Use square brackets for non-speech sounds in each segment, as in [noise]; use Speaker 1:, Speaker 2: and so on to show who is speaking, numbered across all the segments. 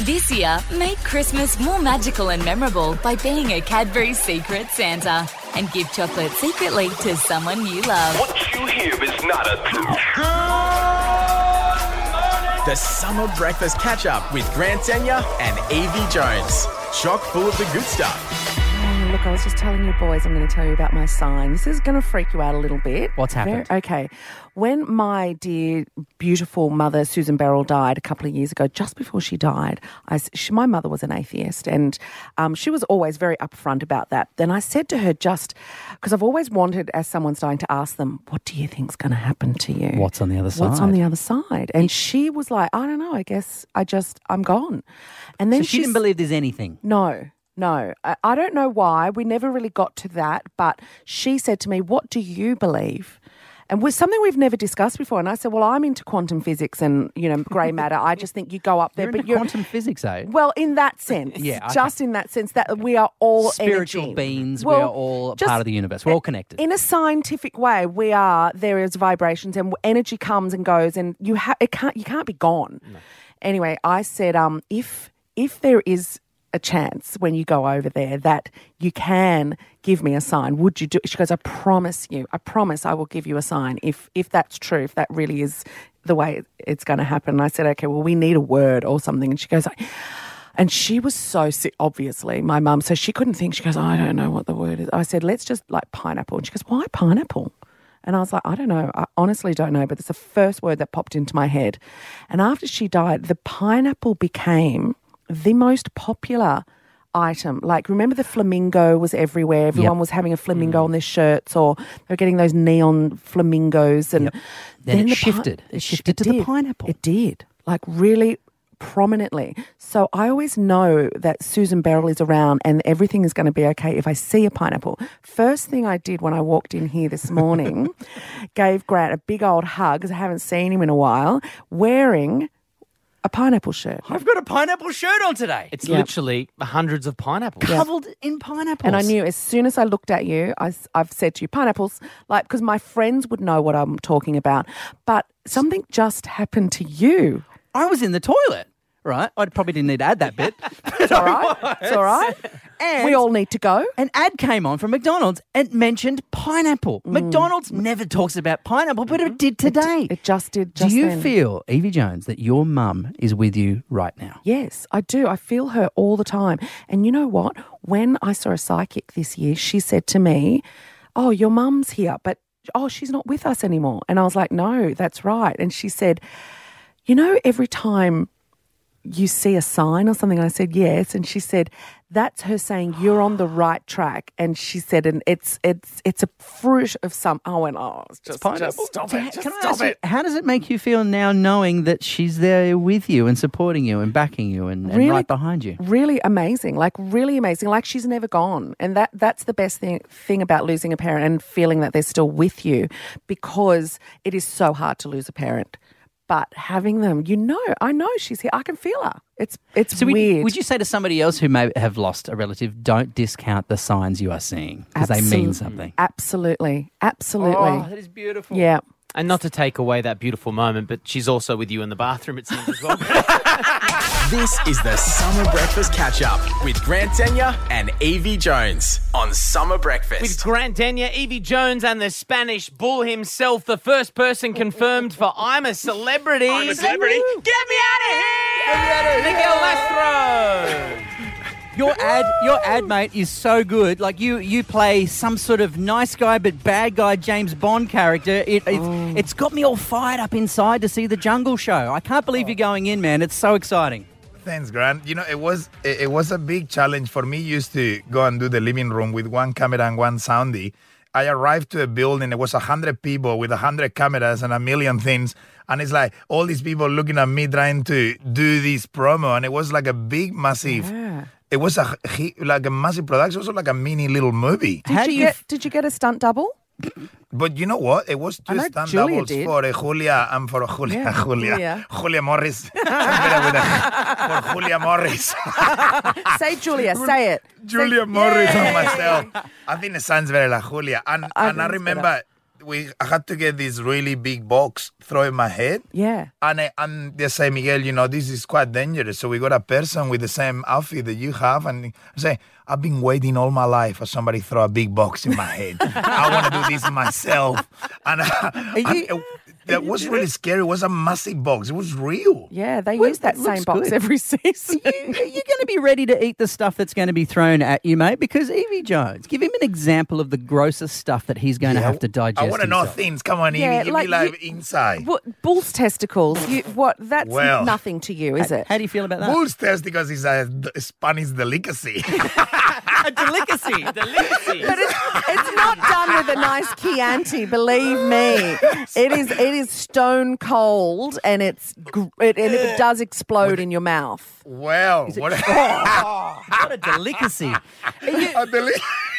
Speaker 1: This year, make Christmas more magical and memorable by being a Cadbury Secret Santa and give chocolate secretly to someone you love.
Speaker 2: What you hear is not a truth.
Speaker 3: The Summer Breakfast Catch Up with Grant Senya and Evie Jones. Chock full of the good stuff.
Speaker 4: Oh, Look, I was just telling you boys, I'm going to tell you about my sign. This is going to freak you out a little bit.
Speaker 5: What's happened?
Speaker 4: Very- okay. When my dear, beautiful mother, Susan Beryl, died a couple of years ago, just before she died, I s she, my mother was an atheist and um, she was always very upfront about that. Then I said to her, just because I've always wanted, as someone's dying, to ask them, what do you think's going to happen to you?
Speaker 5: What's on the other
Speaker 4: What's on
Speaker 5: side?
Speaker 4: the other side? And she was like, I don't know. I guess I just, I'm gone. And then
Speaker 5: So she
Speaker 4: s-
Speaker 5: didn't believe there's anything.
Speaker 4: no, no. I, I don't know why. We never really got to that. But she said to me, What do you believe? And was something we've never discussed before. And I said, Well, I'm into quantum physics and, you know,
Speaker 5: [laughs]
Speaker 4: grey matter. I just think you go up there.
Speaker 5: You're
Speaker 4: but
Speaker 5: into
Speaker 4: you're
Speaker 5: quantum physics, eh?
Speaker 4: Well, in that sense.
Speaker 5: Yeah, okay.
Speaker 4: Just in that sense that we are all
Speaker 5: Spiritual
Speaker 4: energy.
Speaker 5: beings. we
Speaker 4: Well,
Speaker 5: are all a
Speaker 4: just-
Speaker 5: part of the universe. We're all connected.
Speaker 4: in a scientific way, we are there is vibrations and energy comes and goes, and you ha- it can't you can't be gone. Anyway, I said, um, if if there is a chance when you go over there that you can give me a sign, would you do? it? She goes, I promise you, I promise I will give you a sign if if that's true, if that really is the way it's going to happen. And I said, okay, well, we need a word or something, and she goes. I, and she was so sick, obviously, my mum. So she couldn't think. She goes, I don't know what the word is. I said, let's just like pineapple. And she goes, why pineapple? And I was like, I don't know. I honestly don't know. But it's the first word that popped into my head. And after she died, the pineapple became the most popular item. Like, remember the flamingo was everywhere. Everyone was having a flamingo
Speaker 5: Mm.
Speaker 4: on their shirts, or they were getting those neon flamingos. And
Speaker 5: Then it
Speaker 4: the pi-
Speaker 5: shifted. It
Speaker 4: sh-
Speaker 5: shifted to the
Speaker 4: did.
Speaker 5: pineapple.
Speaker 4: It did, like really prominently. So I always know that Susan Beryl is around and everything is going to be okay if I see a pineapple. First thing I did when I walked in here this morning, gave Grant a big old hug because I haven't seen him in a while, wearing a pineapple shirt.
Speaker 5: I've got a pineapple shirt on today. It's
Speaker 6: It's
Speaker 4: Yeah.
Speaker 6: literally hundreds of pineapples.
Speaker 5: covered in pineapples.
Speaker 4: And I knew as soon as I looked at you, I, have said to you, pineapples, like, because my friends would know what I'm talking about. But something just happened to you.
Speaker 5: I was in the toilet, right? I probably didn't need to add
Speaker 4: [laughs]
Speaker 5: that bit.
Speaker 4: It's all right. It's all right.
Speaker 5: And
Speaker 4: we all need to go.
Speaker 5: an ad came on from McDonald's and mentioned pineapple. McDonald's never talks about pineapple, but it did today.
Speaker 4: Mm. Mm-hmm. It just did. Just
Speaker 5: Do you
Speaker 4: then.
Speaker 5: feel, Evie Jones, that your mum is with you right now?
Speaker 4: Yes, I do. I feel her all the time. And you know what? When I saw a psychic this year, she said to me, Oh, your mum's here, but oh, she's not with us anymore. And I was like, No, that's right. And she said, You know, every time you see a sign or something, I said, Yes. And she said, That's her saying you're on the right track. And she said, And it's it's it's a fruit of some I went, Oh, it's just, just stop
Speaker 5: Can
Speaker 4: it. Just
Speaker 5: I
Speaker 4: stop
Speaker 5: ask you,
Speaker 4: it.
Speaker 5: how does it make you feel now knowing that she's there with you and supporting you and backing you and, and
Speaker 4: Really-
Speaker 5: right behind you?
Speaker 4: really amazing like really amazing like she's never gone and that that's the best thing thing about losing a parent and feeling that they're still with you because it is so hard to lose a parent but having them you know i know she's here i can feel her it's it's
Speaker 5: So would,
Speaker 4: weird
Speaker 5: would you say to somebody else who may have lost a relative, don't discount the signs you are seeing because they mean
Speaker 4: Absolute-
Speaker 5: something?
Speaker 4: absolutely absolutely
Speaker 6: [laughs]
Speaker 7: Oh,
Speaker 6: that is beautiful.
Speaker 4: yeah
Speaker 6: And not to take away that beautiful moment, but she's also with you in the bathroom, it seems as [laughs] well.
Speaker 3: This is the Summer Breakfast Catch Up with Grant Senya and Evie Jones on Summer
Speaker 6: with
Speaker 3: Breakfast.
Speaker 6: Grant Denyer, Evie Jones, and the Spanish bull himself, the first person confirmed for I'm a Celebrity. I'm a Celebrity. Get me out of here! Miguel Lastro!
Speaker 5: Your ad, your ad, mate, is so good. Like you, you play some sort of nice guy but bad guy James Bond character. It, it's, it's got me all fired up inside to see the Jungle Show. I can't believe you're going in, man. It's so exciting.
Speaker 7: Thanks, Grant. You know, it was it, it was a big challenge for me. Used to go and do the living room with one camera and one soundy. I arrived to a building. It was hundred people with hundred cameras and a million things, and it's like all these people looking at me trying to do this promo, and it was like a big, massive. It was a he- like a massive production. It was like a mini little movie.
Speaker 4: did
Speaker 5: How
Speaker 4: you
Speaker 5: do you
Speaker 4: get
Speaker 5: f-
Speaker 4: did you get a stunt double
Speaker 7: But you know what? It was two
Speaker 4: know
Speaker 7: stand
Speaker 4: Julia
Speaker 7: doubles
Speaker 4: did.
Speaker 7: for uh, Julia and for Julia, Julia,
Speaker 4: Julia.
Speaker 7: Julia, Morris. [laughs] Better with a- for Julia
Speaker 4: [laughs]
Speaker 7: Morris.
Speaker 5: Ah,
Speaker 4: say julia say it
Speaker 7: Julia
Speaker 4: Say-
Speaker 7: Morris
Speaker 4: Yeah.
Speaker 7: [laughs] and myself. I think it sounds better like Julia. And,
Speaker 4: I
Speaker 7: and I
Speaker 4: think it's
Speaker 7: remember we I had to get this really big box throw in my head.
Speaker 4: Yeah.
Speaker 7: And I, and they say, Miguel, you know, this is quite dangerous. So we got a person with the same outfit that you have, and I say, I've been waiting all my life for somebody to throw a big box in my head. I want to do this myself. And, I,
Speaker 5: Are you-
Speaker 7: and it- that was really scary. It was a massive box. It was real.
Speaker 4: Yeah, they
Speaker 5: Well,
Speaker 4: use that
Speaker 5: it looks
Speaker 4: same box
Speaker 5: good.
Speaker 4: every [laughs] season.
Speaker 5: you, [laughs] are you going to be ready to eat the stuff that's going to be thrown at you, mate? Because Evie Jones, give him an example of the grossest stuff that he's going to
Speaker 7: Yeah,
Speaker 5: have to digest.
Speaker 7: I want to know
Speaker 5: himself.
Speaker 7: things. Come on,
Speaker 4: Yeah,
Speaker 7: Evie, give
Speaker 4: like
Speaker 7: me like
Speaker 4: you-
Speaker 7: inside.
Speaker 4: What bull's testicles? You, what? That's
Speaker 7: Well.
Speaker 4: nothing to you, is it?
Speaker 5: How do you feel about that?
Speaker 7: Bull's testicles is a d- Spanish delicacy.
Speaker 5: a delicacy.
Speaker 6: Delicacy.
Speaker 4: But it's, it's not done with a nice Chianti, believe me. It is it is stone cold, and it's gr- it, and it does explode in your mouth.
Speaker 7: well, what
Speaker 5: what a delicacy.
Speaker 7: a [laughs] deli-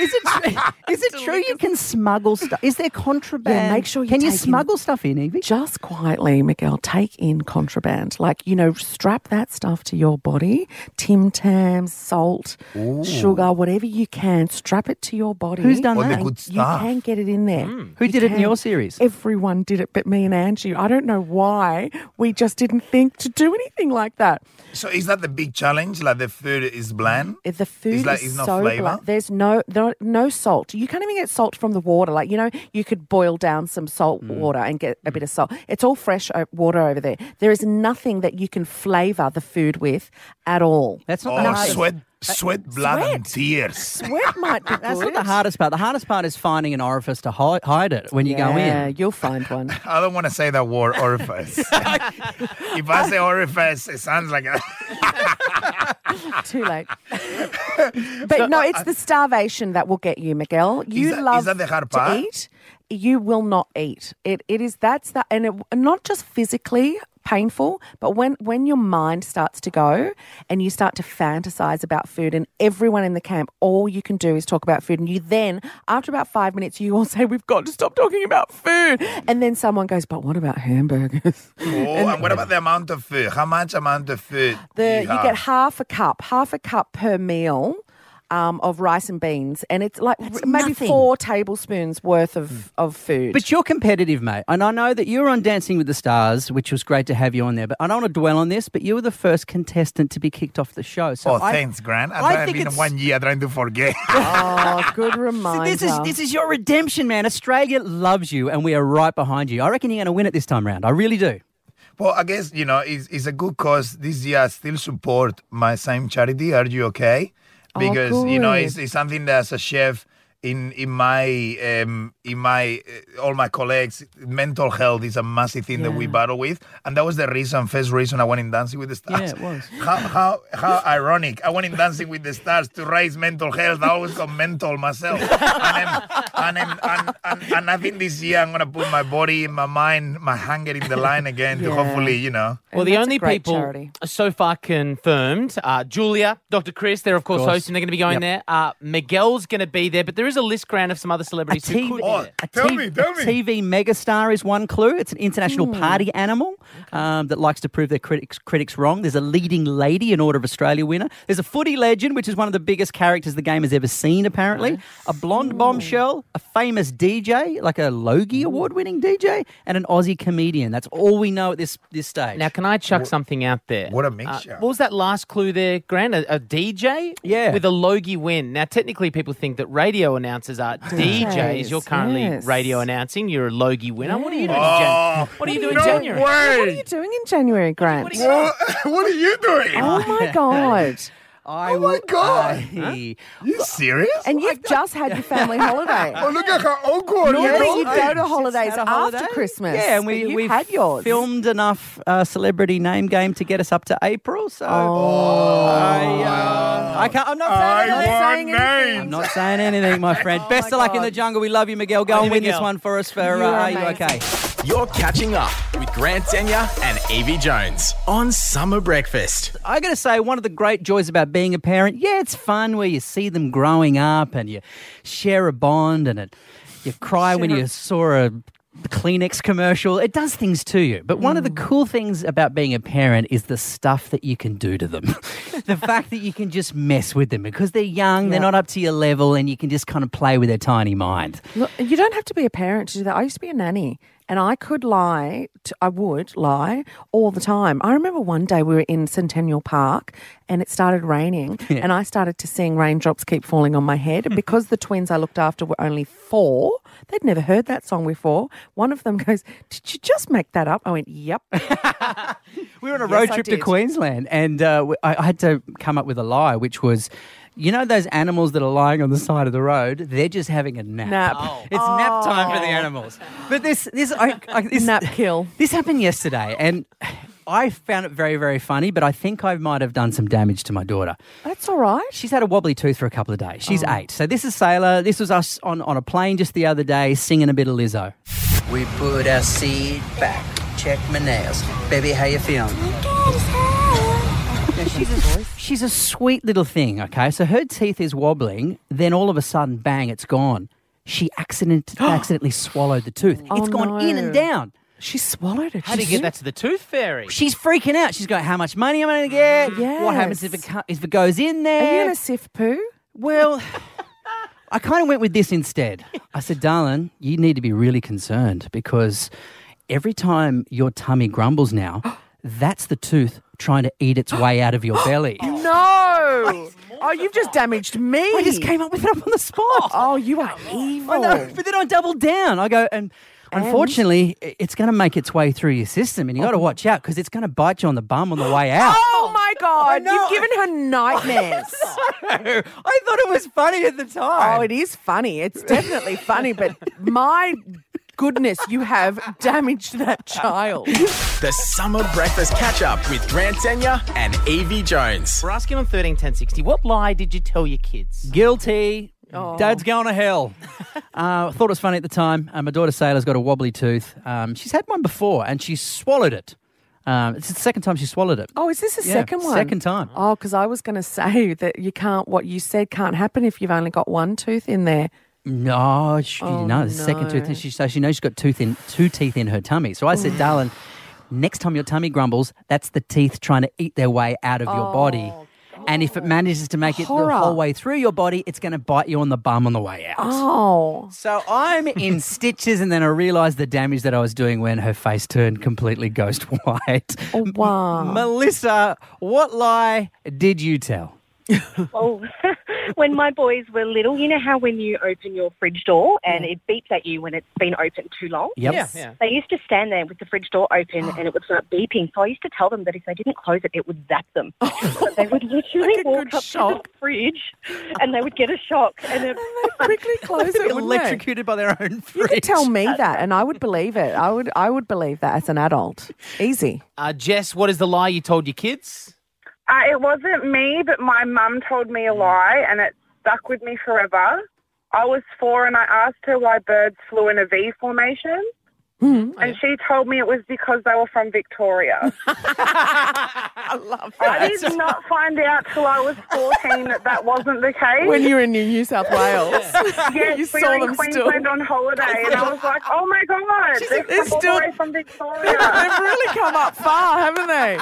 Speaker 5: Is it true,
Speaker 4: [laughs]
Speaker 5: is it true you can smuggle stuff? Is there contraband?
Speaker 4: make sure you
Speaker 5: Can you
Speaker 4: take in-
Speaker 5: smuggle stuff in, Evie?
Speaker 4: Just quietly, Miguel, take in contraband. Like you know, strap that stuff to your body. Tim Tams, salt, sugar, whatever you can, strap it to your body.
Speaker 5: Who's done
Speaker 7: All the
Speaker 5: that?
Speaker 4: And
Speaker 7: good
Speaker 4: you
Speaker 7: stuff.
Speaker 4: can get it in there.
Speaker 5: Who did it in
Speaker 4: can.
Speaker 5: your series?
Speaker 4: Everyone did it but me and Angie. I don't know why. We just didn't think to do anything like that.
Speaker 7: So is that the big challenge? Like the food is bland?
Speaker 4: If The food
Speaker 7: It's like-
Speaker 4: is
Speaker 7: it's not
Speaker 4: so
Speaker 7: flavour?
Speaker 4: bland. There's no, no no salt. You can't even get salt from the water. Like you know, you could boil down some salt
Speaker 5: Hmm.
Speaker 4: water and get a bit of salt. It's all fresh o- water over there. There is nothing that you can flavour the food with at all.
Speaker 5: [laughs] That's not
Speaker 7: Oh,
Speaker 5: the hardest.
Speaker 7: sweat, sweat, blood, and tears.
Speaker 4: Sweat might be
Speaker 5: That's not
Speaker 4: good.
Speaker 5: the hardest part. The hardest part is finding an orifice to hi- hide it when you go
Speaker 4: Yeah,
Speaker 5: in.
Speaker 4: you'll find one.
Speaker 7: I don't want to say that word orifice. if I say orifice, it sounds like a.
Speaker 4: Too
Speaker 7: [laughs]
Speaker 4: late. but no, it's the starvation that will get you, Miguel. You
Speaker 7: that- is
Speaker 4: love
Speaker 7: that the hard
Speaker 4: to
Speaker 7: part?
Speaker 4: eat. You will not eat. It it is that's the and it, not just physically painful, but when when your mind starts to go and you start to fantasize about food, and everyone in the camp, all you can do is talk about food, and you then after about five minutes, you all [laughs] say, "We've got to stop talking about food," and then someone goes, "But what about hamburgers?"
Speaker 7: Oh, and what about the amount of food? How much amount of food?
Speaker 4: The
Speaker 7: do
Speaker 4: you, get half a cup, half a cup per meal um, of rice and beans, and it's like r- maybe
Speaker 5: nothing.
Speaker 4: four tablespoons worth of
Speaker 7: Hmm.
Speaker 4: of food. [laughs]
Speaker 5: But you're competitive, mate. And I know that you were on Dancing with the Stars, which was great to have you on there. But I don't want to dwell on this, but you were the first contestant to be kicked off the show. So
Speaker 7: Oh,
Speaker 5: I-
Speaker 7: thanks, Grant.
Speaker 5: I
Speaker 7: I've only
Speaker 5: think
Speaker 7: been
Speaker 5: it's-
Speaker 7: one year trying to forget.
Speaker 4: oh,
Speaker 5: [laughs]
Speaker 4: good reminder.
Speaker 5: This is this is your redemption, man. Australia loves you, and we are right behind you. I reckon you're going to win it this time round. I really do.
Speaker 7: well, I guess, you know, it's, it's a good cause. This year, I still support my same charity. Are you okay?
Speaker 5: Oh,
Speaker 7: Because, you know, it's,
Speaker 4: good.
Speaker 7: it's something that as a chef, in, in my um, in my uh, all my colleagues, mental health is a massive thing that we
Speaker 4: Yeah.
Speaker 7: battle with, and that was the reason, first reason I went in Dancing with the Stars.
Speaker 5: Yeah, it was.
Speaker 7: How how how ironic! I went in Dancing with the Stars to raise mental health. I always got mental myself, and I'm, and, I'm, and, and, and I think this year I'm gonna put my body, my mind, my hunger in the line again to
Speaker 4: Yeah.
Speaker 7: hopefully, you know.
Speaker 6: Well, the
Speaker 4: that's a
Speaker 6: only
Speaker 4: great
Speaker 6: people
Speaker 4: charity.
Speaker 6: so far confirmed are Julia, Dr. Chris, they're of course,
Speaker 5: course.
Speaker 6: hosting. They're going to be going
Speaker 5: Yep.
Speaker 6: there. Uh, Miguel's going to be there, but there is a list grand of some other celebrities who could be
Speaker 7: Oh,
Speaker 6: there.
Speaker 5: a
Speaker 7: tell
Speaker 5: T-
Speaker 7: me, tell
Speaker 5: a
Speaker 7: me.
Speaker 5: TV megastar is one clue. It's an international
Speaker 6: Hmm.
Speaker 5: party animal um, that likes to prove their critics critics wrong. There's a leading lady, an Order of Australia winner. There's a footy legend, which is one of the biggest characters the game has ever seen, apparently. A blonde bombshell, a famous DJ, like a Logie award winning DJ, and an Aussie comedian. That's all we know at this this stage.
Speaker 6: Now, can I chuck something out there?
Speaker 7: what a
Speaker 6: Uh,
Speaker 7: mixture.
Speaker 6: what was that last clue there, Grant? A, a DJ?
Speaker 5: Yeah.
Speaker 6: With a Logie win. Now, technically, people think that radio announcers are DJs. You're currently
Speaker 4: yes.
Speaker 6: radio announcing. You're a Logie winner. What are you doing, in
Speaker 7: Oh,
Speaker 6: Jan- What are you doing,
Speaker 7: no
Speaker 6: January?
Speaker 4: what are
Speaker 7: Way. [laughs]
Speaker 4: you doing in January, Grant?
Speaker 7: What, what are you doing?
Speaker 4: Oh my god!
Speaker 5: I
Speaker 7: Oh my
Speaker 5: will-
Speaker 7: God.
Speaker 5: I-
Speaker 7: you serious?
Speaker 4: And you've just had your family
Speaker 7: [laughs]
Speaker 4: holiday.
Speaker 7: oh, look at how awkward.
Speaker 4: Normally
Speaker 7: it is.
Speaker 4: you go to
Speaker 5: It's
Speaker 4: holidays
Speaker 5: had a holiday.
Speaker 4: after Christmas.
Speaker 5: Yeah, and
Speaker 4: but
Speaker 5: we
Speaker 4: you've
Speaker 5: we've
Speaker 4: had yours.
Speaker 5: filmed enough uh, celebrity name game to get us up to April.
Speaker 4: Oh.
Speaker 5: So I, uh, I can't. I'm not
Speaker 7: I
Speaker 5: saying.
Speaker 4: Not
Speaker 5: anything.
Speaker 7: want
Speaker 4: saying anything.
Speaker 5: I'm
Speaker 7: names.
Speaker 5: not saying anything, my friend. Best of luck in the jungle. We love you, Miguel. Go
Speaker 6: Love
Speaker 5: and
Speaker 6: you,
Speaker 5: win this
Speaker 6: Miguel.
Speaker 5: one for us. For uh,
Speaker 4: You are
Speaker 5: are you
Speaker 4: amazing.
Speaker 5: okay?
Speaker 3: You're catching up with Grant Tenya and Evie Jones on Summer Breakfast.
Speaker 5: I got to say, one of the great joys about being a parent, yeah, it's fun where you see them growing up and you share a bond and it, you cry when you saw a Kleenex commercial. It does things to you. But one of the cool things about being a parent is the stuff that you can do to them. [laughs] the fact that you can just mess with them because they're young, they're
Speaker 4: Yeah.
Speaker 5: not up to your level, and you can just kind of play with their tiny mind.
Speaker 4: Look, you don't have to be a parent to do that. I used to be a nanny and I could lie, to, I would lie all the time. I remember one day we were in Centennial Park and it started raining and I started to sing raindrops keep falling on my head. And because the twins I looked after were only four, they'd never heard that song before. One of them [laughs] goes, Did you just make that up? I went, Yep.
Speaker 5: We were on a
Speaker 4: Yes,
Speaker 5: road
Speaker 4: I
Speaker 5: trip to
Speaker 4: did.
Speaker 5: Queensland, and uh, w- I, I had to come up with a lie, which was. You know those animals that are lying on the side of the road? They're just having a nap.
Speaker 4: Nap.
Speaker 5: [laughs]
Speaker 4: Oh.
Speaker 5: It's nap time for the animals. But this, this, I, I, this
Speaker 4: Nap kill.
Speaker 5: [laughs] This happened yesterday, and I found it very, very funny. But I think I might have done some damage to my daughter.
Speaker 4: That's all right.
Speaker 5: She's had a wobbly tooth for a couple of days. She's
Speaker 4: Oh.
Speaker 5: eight. So this is Sailor. This was us on, on a plane just the other day singing a bit of Lizzo. We put our seed back. Check my nails. Baby, how you feeling? she's, a, she's a sweet little thing, okay? So her teeth is wobbling, then all of a sudden, bang, it's gone. She
Speaker 4: [gasps]
Speaker 5: accident, accidentally swallowed the tooth. It's
Speaker 4: Oh,
Speaker 5: gone in
Speaker 4: no.
Speaker 5: and down.
Speaker 4: She swallowed it.
Speaker 6: How do you get that to the tooth fairy?
Speaker 5: She's freaking out. She's going, how much money am I going to get? What happens if
Speaker 4: Mm. Yes.
Speaker 5: it, co- if it goes in there?
Speaker 4: Are you going to sift poo? [laughs]
Speaker 5: Well, I kind of went with this instead. I said, darling, you need to be really concerned because every time your tummy
Speaker 4: [gasps]
Speaker 5: grumbles now, that's the tooth trying to eat its way out of your belly.
Speaker 4: [gasps] No. [laughs] Oh, you've just damaged me.
Speaker 5: I just came up with it up on the spot.
Speaker 4: Oh, you are evil.
Speaker 5: I know, but then I doubled down. I go, and unfortunately, i- it's going to make its way through your system, and you got to watch out because it's going to bite you on the bum on the way out.
Speaker 4: Oh
Speaker 5: [laughs]
Speaker 4: my god,
Speaker 5: know.
Speaker 4: you've given her [laughs] nightmares.
Speaker 5: I thought it was funny at the
Speaker 4: oh,
Speaker 5: time.
Speaker 4: it is funny. It's definitely funny, but my goodness, you have damaged that child.
Speaker 3: The Summer Breakfast Catch Up with Grant Senya and Evie Jones.
Speaker 6: We're asking on 13 10 60, what lie did you tell your kids?
Speaker 5: Guilty.
Speaker 4: Oh.
Speaker 5: Dad's going
Speaker 4: [laughs]
Speaker 5: to hell. uh, thought it was funny at the time. Uh, my daughter Sailor's got a wobbly tooth. Um, she's had one before and she swallowed it. Um, it's the second time she swallowed it.
Speaker 4: Oh, is this the
Speaker 5: Yeah,
Speaker 4: second one?
Speaker 5: second time.
Speaker 4: Oh, because I was going to say that you can't. What you said can't happen if you've only got one tooth in there.
Speaker 5: No, she,
Speaker 4: Oh,
Speaker 5: no, the second tooth.
Speaker 4: no.
Speaker 5: And she, so she knows she's got tooth in two teeth in her tummy. So I said, darling, next time your tummy grumbles, that's the teeth trying to eat their way out of your body. And if it manages to make it
Speaker 4: Oh, Horror.
Speaker 5: the whole way through your body, it's going to bite you on the bum on the way out.
Speaker 4: Oh,
Speaker 5: So
Speaker 4: [laughs]
Speaker 5: I'm in stitches, and then I realised the damage that I was doing when her face turned completely ghost [laughs] white.
Speaker 4: oh wow.
Speaker 5: Melissa, what lie did you tell?
Speaker 8: Oh, [laughs] when my boys were little, you know how when you open your fridge door and it beeps at you when it's been open too long?
Speaker 5: Yep.
Speaker 6: Yeah, yeah.
Speaker 8: They used to stand there with the fridge door open
Speaker 4: Oh.
Speaker 8: and it would start beeping. So I used to tell them that if they didn't close it, it would zap
Speaker 4: [laughs]
Speaker 8: them. so they would literally
Speaker 4: Like a
Speaker 8: walk
Speaker 4: good
Speaker 8: up
Speaker 4: shock.
Speaker 8: to the fridge and they would get a shock. And then
Speaker 4: [laughs] Quickly close it. wouldn't they?
Speaker 5: Electrocuted by their own
Speaker 4: You
Speaker 5: fridge.
Speaker 4: could tell me that, and I would believe it. I would. I would believe that as an adult. Easy.
Speaker 6: Uh, Jess, what is the lie you told your kids?
Speaker 9: Uh, it wasn't me, but my mum told me
Speaker 4: Mm.
Speaker 9: a lie, and it stuck with me forever. I was four, and I asked her why birds flew in a V formation,
Speaker 4: Hmm.
Speaker 9: and she told me it was because they were from Victoria.
Speaker 4: [laughs] I love
Speaker 9: I did not find out till I was fourteen that that wasn't the case.
Speaker 4: When you're in New South Wales. [laughs]
Speaker 9: yes,
Speaker 4: you
Speaker 9: we
Speaker 4: saw
Speaker 9: were in
Speaker 4: them still.
Speaker 9: Queensland on holiday, and I was like, "Oh my god, they're,
Speaker 4: "They're
Speaker 9: all
Speaker 4: still-
Speaker 9: the way from Victoria." [laughs]
Speaker 4: They've really come up far, haven't they?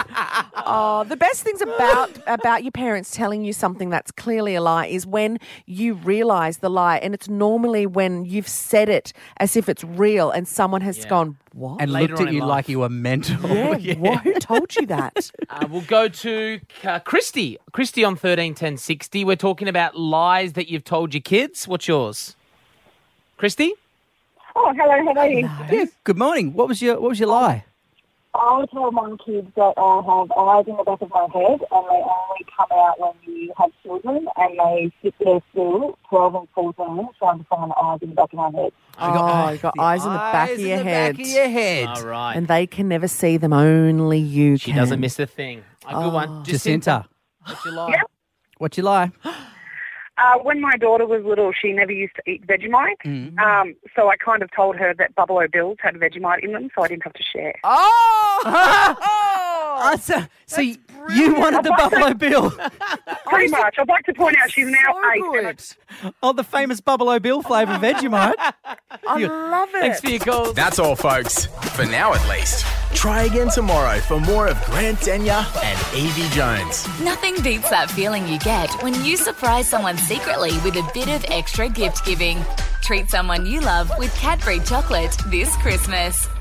Speaker 4: Oh, the best things about about your parents telling you something that's clearly a lie is when you realize the lie, and it's normally when you've said it as if it's real, and someone has gone, "What?
Speaker 5: and
Speaker 6: Later
Speaker 5: looked
Speaker 6: on
Speaker 5: at
Speaker 6: in
Speaker 5: you
Speaker 6: life.
Speaker 5: like you were mental.
Speaker 4: yeah, what? Who told you [laughs] that?"
Speaker 6: Uh, we'll go to uh, Christy. Christy on 13 10 60. We're talking about lies that you've told your kids. What's yours? Christy?
Speaker 9: oh, hello, how are you?
Speaker 5: [laughs] Yeah, Good morning. What was your What was
Speaker 4: Oh,
Speaker 5: your lie?
Speaker 9: I tell my kids that I have eyes in the back of my head and they only come out when you have children and they sit there still, 12 and 14, trying to find eyes in the back of my head.
Speaker 4: oh, you got eyes in the back of
Speaker 5: Eyes in
Speaker 4: your
Speaker 5: the
Speaker 4: head,
Speaker 5: Back of your head.
Speaker 6: All right.
Speaker 4: and they can never see them. Only you
Speaker 6: she
Speaker 4: can.
Speaker 6: doesn't miss a thing. A good one.
Speaker 5: Jacinta,
Speaker 6: What's your lie?
Speaker 5: what's your
Speaker 4: [gasps]
Speaker 5: lie?
Speaker 9: Uh, when my daughter was little, she never used to eat Vegemite.
Speaker 4: Mm.
Speaker 9: Um, so I
Speaker 5: [laughs]
Speaker 9: kind of told her that Buffalo Bills had Vegemite in them, so I didn't have to share.
Speaker 4: Oh,
Speaker 5: Uh, so so you, you wanted the Buffalo Bill. [laughs]
Speaker 9: Pretty much. I'd like to point out she's now
Speaker 4: so
Speaker 9: eight. and
Speaker 4: good.
Speaker 9: it's-
Speaker 5: Oh, the famous Buffalo Bill flavour Vegemite.
Speaker 4: I love it.
Speaker 6: Thanks for your call.
Speaker 3: That's all, folks. For now, at least. Try again tomorrow for more of Grant Denya and Evie Jones.
Speaker 1: Nothing beats that feeling you get when you surprise someone secretly with a bit of extra gift giving. Treat someone you love with Cadbury chocolate this Christmas.